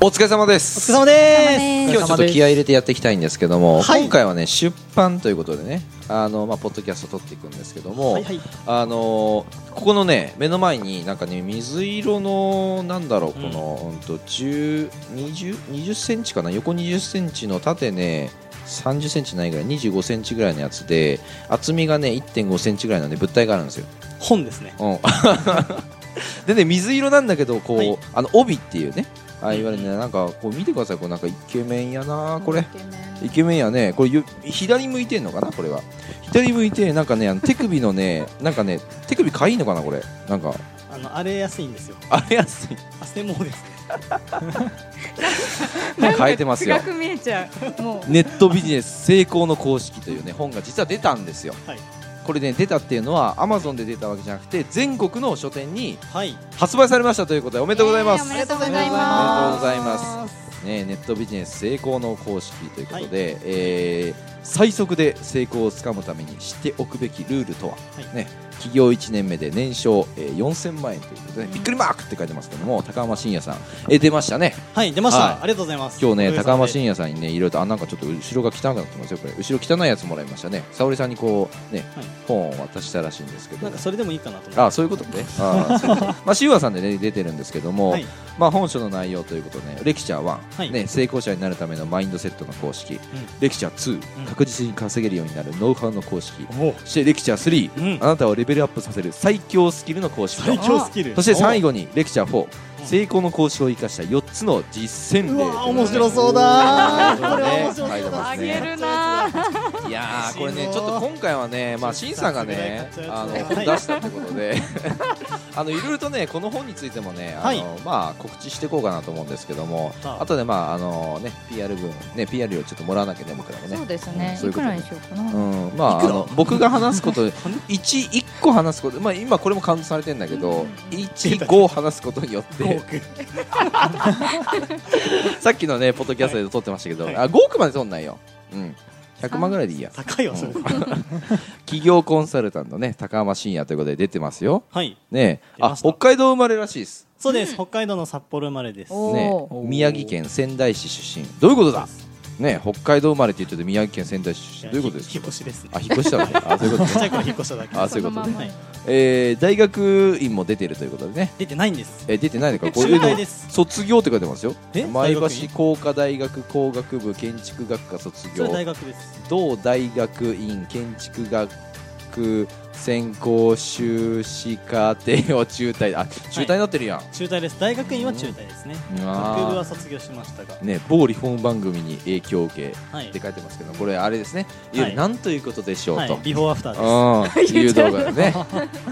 お疲れ様でお疲すれ様で今日ちょっと気合い入れてやっていきたいんですけども、はい今回はね出版ということでねあの、まあ、ポッドキャスト撮っていくんですけども、はいはいあのーここのね目の前になんかね水色のなんだろうこの、うん、と10 20 20センチかな横20センチの縦ね30センチないぐらい25センチぐらいのやつで厚みがね1.5センチぐらいのね物体があるんですよ。す。本ですね。うん、 でね水色なんだけどこう、はいあの帯っていうねあいわゆるねなんかこう見てくださいこうなんかイケメンやなこれイケメンやねこれゆ左向いてんのかなこれは左向いてなんかねあの手首のね なんかね手首かいいのかなこれなんかあの荒れやすいんですよ。あれやす い汗もうですね。変えてます よ違く見えちゃう。もう。ネットビジネス成功の公式というね本が実は出たんですよ、はいこれね出たっていうのはアマゾンで出たわけじゃなくて全国の書店にはい。。発売されましたということでおめでとうございます、えーおめでとうございますおめでとうございますね、ネットビジネス成功の公式ということで、えー最速で成功をつかむために知っておくべきルールとは、はいね、企業1年目で年商、えー4000万円ということで、びっくりマークって書いてますけども高浜真也さん、えー出ましたねはい、出ましはいた。ありがとうございます。今日ね高浜真也。也さんにねいろいろとあなんかちょっと後ろが汚くなってますよこれ後ろ汚いやつもらいましたね沙織さんにこうね、はい本を渡したらしいんですけどなんかそれでもいいかなと思あそういうことね。あーそうそうまあ、シューアさんで、ね、出てるんですけども、はいまあ、本書の内容ということで、ね、レクチャー1、はいね、成功者になるためのマインドセットの公式、レクチャー2、うん確実に稼げるようになるノウハウの公式、って。おお。そしてレクチャー3、うんあなたをレベルアップさせる最強スキルの公式と最強スキル。そして最後。後にレクチャー4、うん成功の公式を生かした4つの実践例うということでね、わ、面白そうだ。これは面白そう書いてだ。まあすねげるなー。いやー嬉しいこれねぞちょっと今回はねまあシシンンささんんががねねあの買っちゃ本うやつねはい出したってことで あのいろいろとねこの本についてもねあのまあ告知していこうかなと思うんですけどもはああとでまああのね PR 分ね PR 料ちょっともらわなきゃね僕らもそうねですね。そういいうこくとらにしようかな。うんまああの僕が話すこと一一個話すことまあ今これもカウントされてんだけうどん一五話すことによって5億。 さっきのねポッドキャストで撮ってましたけどはいあ5億まで撮んないようん100万ぐらいでいいや高いわ、それ。企業コンサルタントね高浜真也ということで出てますよはい。ねえ出あました北海道生まれらしいです、そうです。北海道の札幌生まれです。おねえ、お宮城県仙台市出身どういうことだ、ねえ、北海道生まれって言ってて宮城県仙台市出身どういうことです引っか越しですね。あ引っ越したのね あそういうこちっとちゃね、い頃引っ越しただけあです。そういうことねそのまんまはいえー、大学院も出てるということでね出てないんです。えー出てないのかこうい中う退のです。卒業って書いてますよえ前大橋学院工科大学工学部建築学科卒それ大業学です。同大学院建築学専攻修士課程を中退あ中退になってるやん、中退です大学院は中退ですねうんあー学部は卒業しましたがね、某リフォーム番組に影響を受けっはいて書いてますけどこれあれですね、はいいわゆるなんということでしょうはと、いビフォーアフターですああい言うっちゃ動う画 でね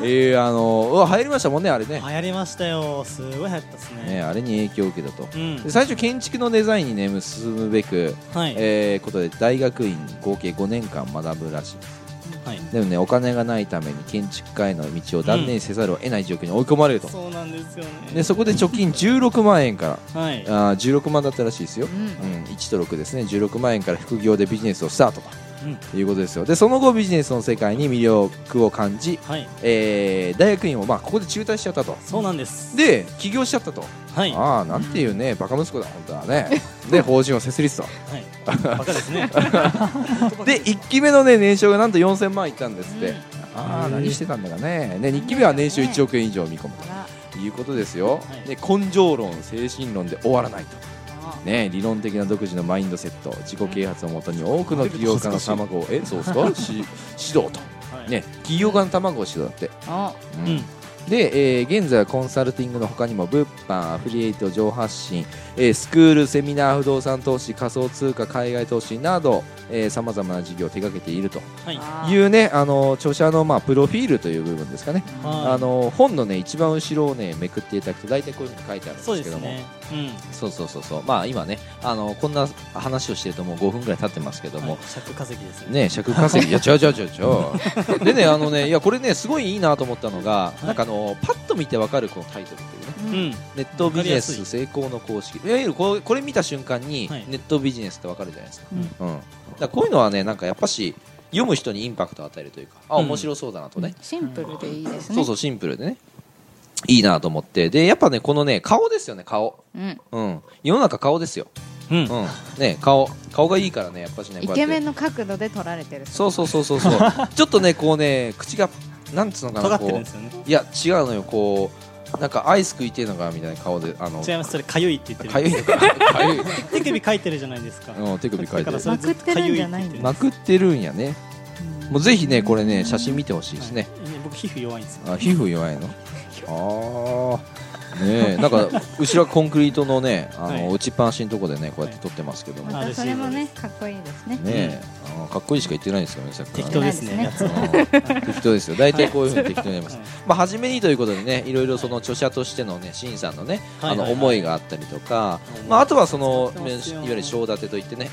えー、あのうわ流行りましたもんねあれね流行りましたよすごい流行ったですねねあれに影響を受けたとうんで最初建築のデザインにね進むべく、はい、えーことで大学院に合計5年間学ぶらしいですはいでもねお金がないために建築家への道を断念せざるを得ない状況に追い込まれると、そうなんですよねでそこで貯金16万円かはいらあー16万だったらしいですよう、ん。うん、1と6ですね16万円から副業でビジネスをスタートとうんいうことですよでその後ビジネスの世界に魅力を感じ、はいえー大学院をまあここで中退しちゃったとそうなんですで起業しちゃったと、はいはああなんていうねバカ息子だ本当はねで法人を設立といバカですね で1期目のね年商がなんと4000万いったんですって、うんああ何してたんだかねね2期目は年収1億円以上見込むあらということですよ、はいで根性論精神論で終わらないとあね、理論的な独自のマインドセット自己啓発をもとに多くの起業家の卵をえそうです かし指導と、はいね、起業家の卵を指導だって、あううんんで、えー現在はコンサルティングの他にも物販アフィリエイト情報発信、えースクールセミナー不動産投資仮想通貨海外投資などさまざまな事業を手掛けているとはいあい。うねあの著者の、まあ、プロフィールという部分ですかね、はいあの本のね一番後ろをねめくっていただくと大体こういうふうに書いてあるんですそうでけすども、ねうんそうそうそうそうまあ今ねあのこんな話をしてるともう5分ぐらい経ってますけども、はい尺稼ぎですねね尺稼 ぎいや違う違う違う違うでねあのねいやこれねすごいいいなと思ったのが、いなんかあのパッと見てわかるこのタイトルっていうねう。うんんネットビジネス成功の公式いわゆるこうこれ見た瞬間にはいネットビジネスってわかるじゃないですか,、うんうんだからこういうのはねなんかやっぱし読む人にインパクトを与えるというかあうん面白そうだなとね、シンプルでいいですね。そうそうシンプルでねいいなと思ってでやっぱねこのね顔ですよね顔うん、うん世の中顔ですよ、うんうんね、顔顔がいいからねやっぱしねイこうやケってメンの角度で撮られてるそうそうそうそうそう ちょっとねこうね口がなんつうのか尖なってるんこですよねういや違うのよこうなんかアイス食いてえのかみたいな顔であの違いますそれかゆいって言ってるかゆいのかかゆい手首かいてるじゃないですかうん手首かいてだからるそれずとかゆい言るまくってるんやねもうぜひねこれね写真見てほしいですね、はい僕皮膚弱いんですよあ皮膚弱い のああねえなんか後ろはコンクリートのねあの、はい打ちっぱなしのとこでねこうやって撮ってますけども、まねたそれもねかっこいいですねえ、あのかっこいいしか言ってないんですけどねさっきか適当らねですねやつはうん適当ですよ大体こういうふうに適当になりますはいまあ、初めにということでねいろいろその著者としてのねシンさんのね、はいあの思いがあったりとか、いまあ、あとはそのそいうでわすよゆる章立てといってね、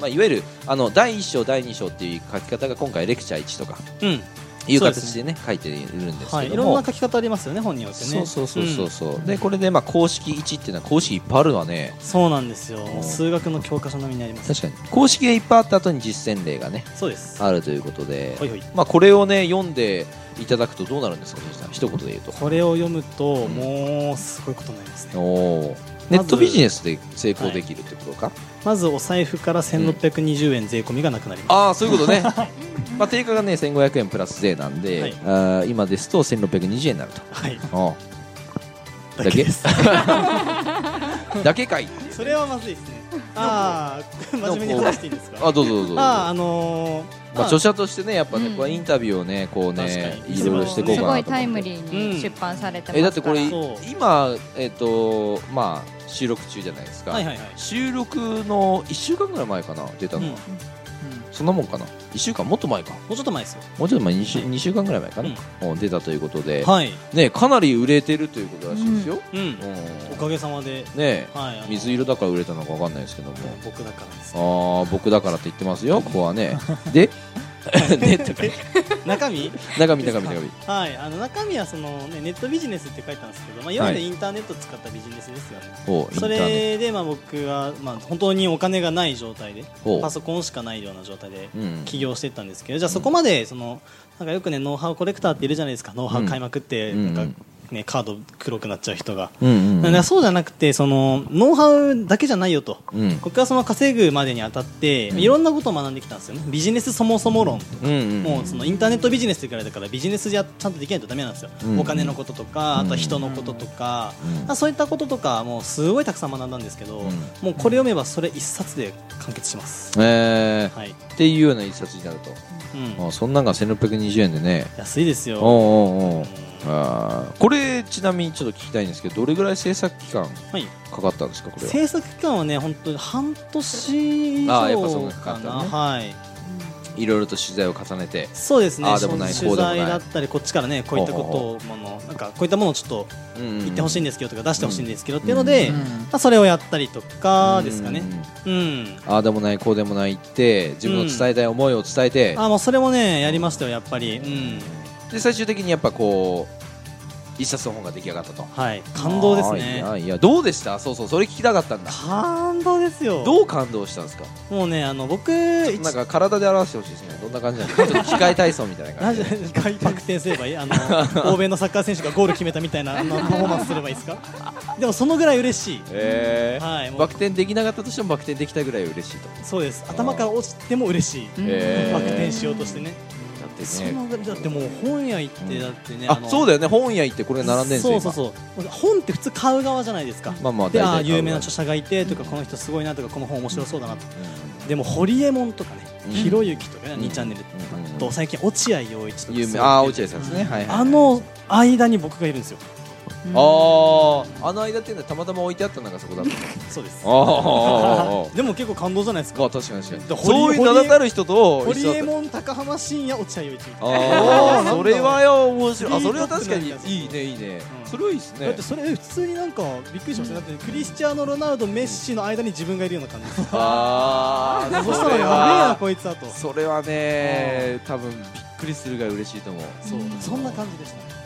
まあ、いわゆるあの第1章第2章っていう書き方が今回レクチャー1とかうんいうそうです形でね書いているんですはいけいどろんも、な書き方ありますよね本によってねそうそうそうそうんそう、でこれでまあ公式1っていうのは公式いっぱいあるわねそうなんですよもう数学の教科書並みにあります確かに公式がいっぱいあった後に実践例がねそうですあるということで、ほいほいまあ、これをね読んでいただくとどうなるんですか藤井さん一言で言うとこれを読むともうすごいことになりますねおーネットビジネスで成功できるってことか、まずお財布から1620円税込みがなくなりまああそういうこと ねまあ定価がね1500円プラス税なんで、はいあー今ですと1620円になるとすはい あだ けですあだけかいそれはまずいです ねああ真面目に話していいですかあどうぞどうぞどうぞあああのーまあ、あ著者としてねやっぱね、うんこうインタビューをねこうね確かにいろいろしていこうすかなとご思っいてタイムリーに出版されてますから、えだってこれそう今えっ、とまあ収録中じゃないですか、はいはいはい収録の1週間ぐらい前かな出たのは、うんそんなもんかな1週間もっと前かもうちょっと前ですよもうちょっと前 2, 週二週間ぐらい前かな、もう出たということで、はいねかなり売れてるということらしいですよ、うんうんおかげさまでねはいあの水色だから売れたのか分かんないですけども僕だからですあー僕だからって言ってますよここは ねで でとか中身中身中身 中身はいあの中身はそのねネットビジネスって書いたんですけどまあいわゆるインターネットを使ったビジネスですよねおインタそーネッれでまあ僕はまあ本当にお金がない状態でトおパソコンしかないような状態でうん起業してったんですけどじゃあそこまでそのなんかよくねノウハウコレクターっているじゃないですかノウハウ買いまくってうんなんかねカード黒くなっちゃう人がうんうんなんかそうじゃなくてそのノウハウだけじゃないよとうんうん僕はその稼ぐまでにあたってうんいろんなことを学んできたんですよねビジネスそもそも論とかうんもうそのインターネットビジネスぐらいだからビジネスじゃちゃんとできないとダメなんですよ、うんお金のこととかあとは人のこととか、まあそういったこととかもうすごいたくさん学んだんですけど、うんもうこれ読めばそれ一冊で完結します、えはい、ーっていうような一冊になるとうん、あそんなんが1620円でね安いですよ、おうおうおううんあーこれちなみにちょっと聞きたいんですけどどれぐらい制作期間はい、かかったんですかこれは制作期間はね本当に半年以あーやっぱそん上なかかかっなたねはいいろいろと取材を重ねてそうですねあーでもない取こうでもない材だったりこっちからねこういったことをものなんかこういったものをちょっと言言ってほしいんでですけどとか出してほしいんですけどっていうので、うんまあ、それをやったりとかですかねうん、ああでもないこうでもないって自分の伝えたい思いを伝えて、あもうそれもねやりましたよやっぱりうんで最終的にやっぱこう一冊の本が出来上がったとはい感動ですあーいねやいやどうでしたそうそうそれ聞きたかったんだ感動ですよどう感動したんですかもうねあの僕なんか体で表してほしいですねどんな感じなのかちょっと機械体操みたいなラ感ジじオでで外バ転すればいいあ の欧米のサッカー選手がゴール決めたみたいなあのパフォーマンスすればいいですかでもそのぐらい嬉しいえーはいもうバク転できなかったとしてもバク転できたぐらい嬉しいとそうです頭から落ちても嬉しいうんえーバク転しようとしてねだってそねのぐらいだってもう本屋行ってだってねあそうだだよね本屋行ってこれ並んでるんですよそうそうそう本って普通買う側じゃないですか今まあまあで大体あ買ーう有名な著者がいてとかこの人すごいなとかこの本面白そうだなとかうでも堀江門とかねうんひろゆきとかねうん2チャンネルとうんと最近落合陽一とんか有す名ごいあー落合さんですね、はいはいあの間に僕がいるんですようんあああの間っていうのはたまたま置いてあったのがそこだ ったそうですあー でも結構感動じゃないですかあ確かに確かでにそういう名だたる人と堀一緒だ江った門高浜深夜落合陽一みたいなあなんあだそれはよ面白いあそれは確かいにいこといいねいいねうんそれはいいですだっねてそれえ普通になんかびっくりしましただってクリスチアーノ・ロナウドメッシの間に自分がいるよう な感じですああそしたそられやべえなはこいつだとそそれはね多分びっくりするぐらい嬉しいと思ううそんな感じでしたね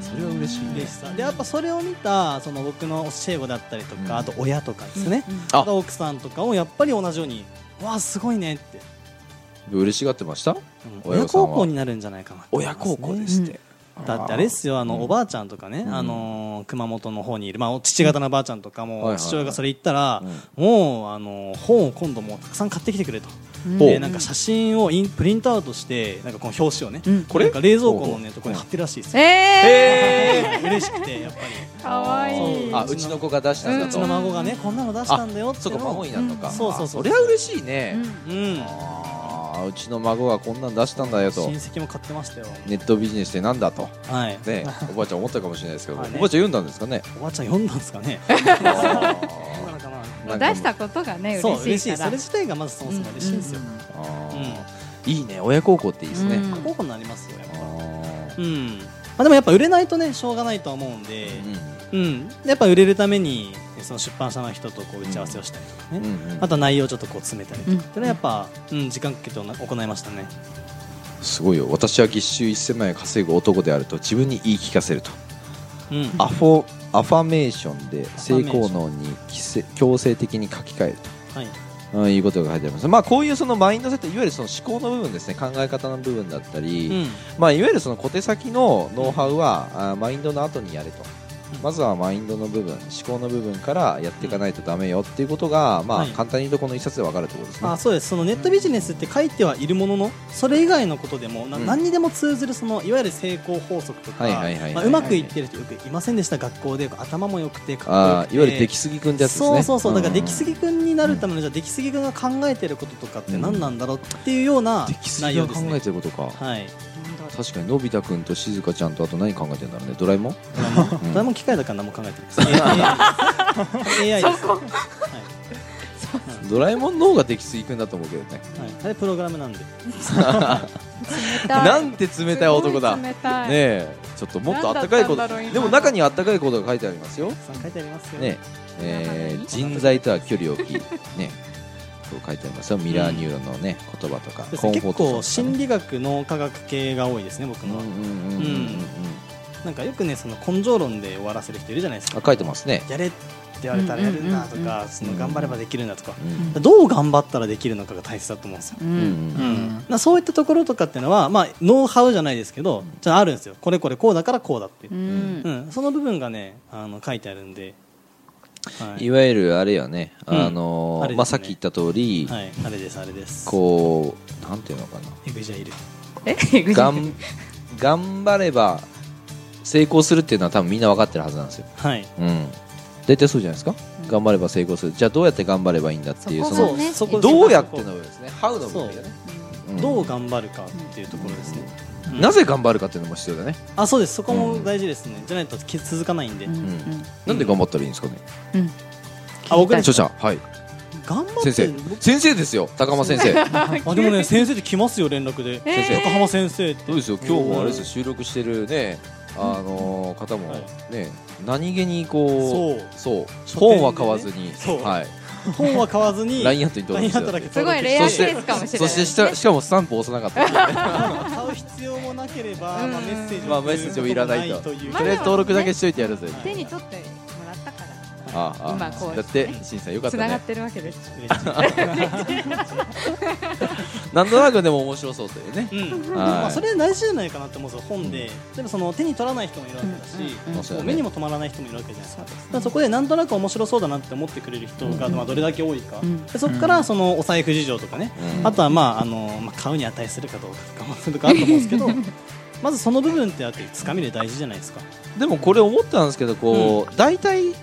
それは嬉しいでしたでやっぱそれを見たその僕の教え子だったりとうんかあと親とかですねうんああと奥さんとかをやっぱり同じようにわあすごいねって嬉しがってましたうん親親御さんは孝行になるんじゃないかなと思い親ますね孝行ですってだってあれですよあの、おばあちゃんとかね、うんあのー熊本の方にいる、まあ、お父方のばあちゃんとかはいはいもはい父親がそれ言ったら、もうあのー本を今度もうたくさん買ってきてくれと、うんほうでなんか写真をインプリントアウトしてなんかこの表紙をね、うんこれなんか冷蔵庫のほうほねうとこに貼ってるらしいですよ、えへ嬉しくてやっぱりー、かわいいあうちの子が出したんだうちと、の孫がねこんなの出したんだよってそのこを孫になるのか、うんそうそうそうあそりゃ嬉しいね、うんうんああうちの孫がこんなん出したんだよと親戚も買ってましたよネットビジネスってなんだと、はい ね、おばあちゃん思ったかもしれないですけど、はいねおばあちゃん読んだんですか ねおばあちゃん読んだんですかねどうなのかななん出かしたこと がねそう嬉嬉ししいいかそられ自体がまずそもそも嬉しいんですよあうーんいいね親孝行っていいですね、うん高校になりますよやっぱあうんまあでもやっぱ売れないとねしょうがないとは思うんでーうんやっぱ売れるためにその出版社の人とこう打ち合わせをしたりとかうんうねんうんあとは内容をちょっとこう詰めたりとうんかってのはやっぱうん時間かけて行いましたねすごいよ私は月収1000万円稼ぐ男であると自分に言い聞かせるとうんアフォアファメーションでァ性メーション功能にきせ強制的に書き換えるはいとうんいうことが書いてあります、まあ、こういうそのマインドセットいわゆるその思考の部分ですね考え方の部分だったり、うんまあ、いわゆるその小手先のノウハウは、あーマインドの後にやれと、うんまずはマインドの部分思考の部分からやっていかないとダメよっていうことが、まあはい簡単に言うとこの一冊で分かるってことですねあそうですそのネットビジネスって書いてはいるもののそれ以外のことでも、なうん何にでも通ずるそのいわゆる成功法則とかはいはいはいはいまあうまくいってる人よくいませんでした学校で頭も良くてかっこよあくーていわゆる出来すぎくんってやつですねそうそうそうだから出来ぎすぎ君になるためのじゃあ出来すぎ君が考えてることとかって何なんだろうっていうような出来す内ぎを容考ですね、えてることか、はい、確かにのび太くんと静香ちゃんとあと何考えてんだろうねドラえ もんうん誰も機械だから何も考えて ないです AI です AI ですはいドラえもんの方が出来すぎくんだと思うけどねはい、あれプログラムなんでなんて冷たい男だね冷たいえちょっともっとあったかいこなんだったんだろうと今でも中にあったかいことが書いてありますよさあ書いてありますよねえー人材とは距離を置 き、ね、そう書いてありますよミラーニューロンの、ね言葉とかそうですコねンフォー結ト構さん心とかね理学の科学系が多いですね僕うんのは、うんうんうんうんうんなんかよくねその根性論で終わらせる人いるじゃないですあか書いてますね、やれって言われたらやるんだとうんうんうんかその頑張ればできるんだとかうんどう頑張ったらできるのかが大切だと思うんですよ、ううんうんん、なそういったところとかっていうのは、まあ、ノウハウじゃないですけどじゃああるんですよこれこれこうだからこうだっていうう、んうんその部分がねあの書いてあるんで、はいいわゆるあれよね、うんあのーあれですねまあ、さっき言った通り、はい、あれですあれですこうなんていうのかなエグジャイルええぐじが ん頑張れば成功するっていうのは多分みんな分かってるはずなんですよ、はいうん、大体そうじゃないですか、うん頑張れば成功するじゃあどうやって頑張ればいいんだっていうそそこがのねそこどうやっての部分ですねハウの部分だよね、んどう頑張るかっていうところですね、うんなぜ頑張るかっていうのも必要だね、あそうですそこも大事ですね、じゃないとき続かないんで、うんうんなんで頑張ったらいいんですかね、うんあ僕ね著者はい頑張って先生僕先生ですよ高間先生あでもね先生って来ますよ連絡でえー先生高浜先生っ てそうですよ今日もあれですよ収録してるねあのー方もはいね何気にこうそう書店でね本は買わずにそうはい本は買わずに LINE アットに登録してラインアットだけすごいレアそケしてースかもしれないそしてしたしかもスタンプ押さなかった 買う必要もなければ、うんまあ、メッセージまをあメッセージもいらないと送ることもいうまとりあえず登録だけしといてやるぜまだ手に取ってもらったからああ今こうだってしんさんよかっつたながっねてるわけですなんとなくでも面白そうというねうん、でもはいまあそれ大事じゃないかなって思うんですよ本で、でもその手に取らない人もいるわけだし、うんまあそうこだうね目にも止まらない人もいるわけじゃないですかそうですねだからそこでなんとなく面白そうだなって思ってくれる人が、まあ、どれだけ多いか、うんでそこからそのお財布事情とかね、うんあとは、まああのまあ、買うに値するかどうかとか、まあ、そういうとこあると思うんですけど まずその部分ってあってつかみで大事じゃないですかでもこれ思ったんですけどこう大体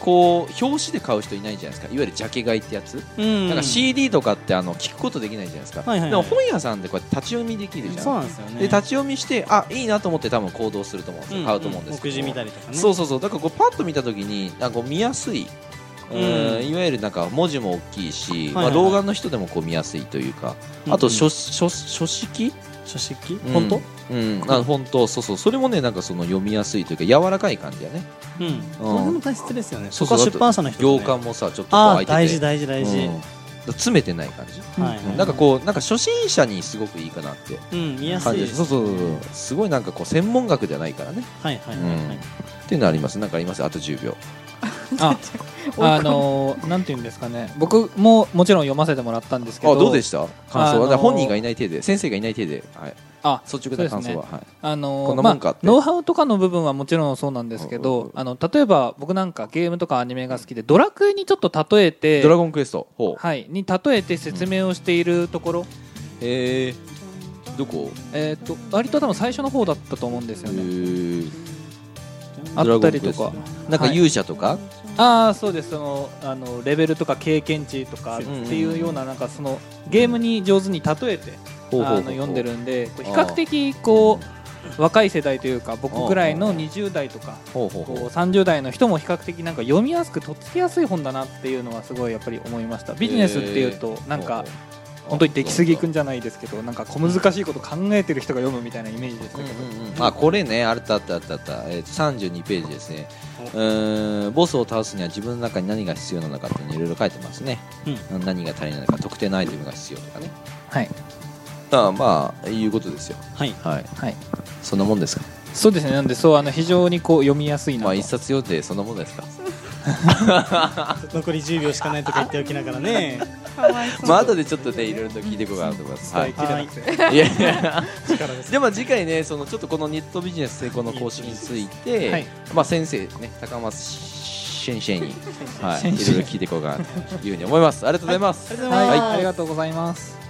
こう表紙で買う人いないじゃないですかいわゆるジャケ買いってやつうんなんか CD とかってあの聞くことできないじゃないですか、はいはいはいでも本屋さんでこうやって立ち読みできるじゃんそうなんですよねで立ち読みしてあいいなと思って多分行動すると思うんですよ、うん買うと思うんですけ目ど次見たりとかねそうそうそうだからこうパッと見た時になんかこう見やすい、ううんんいわゆるなんか文字も大きいし、はいはいはいまあ、老眼の人でもこう見やすいというか、あと書,、書書式書式本当、うん、うんあ本当そうそうそれもねなんかその読みやすいというか柔らかい感じだねうんこれでも大切ですよねそうそそこうは出版社の人と行ね間もさちょっとこうあ開あいてて大事大事大事うんだから詰めてない感じはいうんなんかこうなんか初心者にすごくいいかなってうん見やす感いじでですすそうそうそうそうすごいなんかこう専門学じゃないからねはいはいはいはいっていうのありますなんかありますあと10秒あ、あのー、なんていうんですかね。僕ももちろん読ませてもらったんですけど。あどうでした感想は、あのーだから本人がいない手で先生がいない手ではいあ率直な感想は、はいあこのんーなもんまかっあ、てノウハウとかの部分はもちろんそうなんですけうんうんどあの例えば僕なんかゲームとかアニメが好きでドラクエにちょっと例えてドラゴンクエストほう、はい、に例えて説明をしているところ、えー、どこ、えー、と割と多分最初の方だったと思うんですよえね、ー、あったりドラとかゴンクなんか勇者とか、ああそうですそのあのレベルとか経験値とかっていうようななんかそのゲームに上手に例えてほうほうほうあの読んでるんでこう比較的こう若い世代というか僕ぐらいの20代とかほうほうほこうう30代の人も比較的なんか読みやすくとっつきやすい本だなっていうのはすごいやっぱり思いましたビジネスっていうとなんか本当に出来すぎくんじゃないですけどなんか小難しいこと考えてる人が読むみたいなイメージでしたけど、あこれねあったあったあったあった、えー、32ページですねうーんボスを倒すには自分の中に何が必要なのかっていうのいろいろ書いてますね、何が足りないのか特定のアイテムが必要とかねはいあまあいうことですよはいはいはい、そんなもんですかそうですねなんでそうあの非常にこう読みやすいなと、まあ一冊読んでそんなもんですか残り10秒しかないとか言っておきながら ねかわいそうまあ後でちょっとねいろいろと聞いていこうかなと思います、はい伝えきれなくていやいや力ですでも次回ねそのちょっとこのネットビジネス成功の更新について、はいまあ先生ね高松先生に、はい、い先生ろいろ聞いていこうかなというふうに思いますありがとうございます、ありがとうございます、はい、ありがとうございます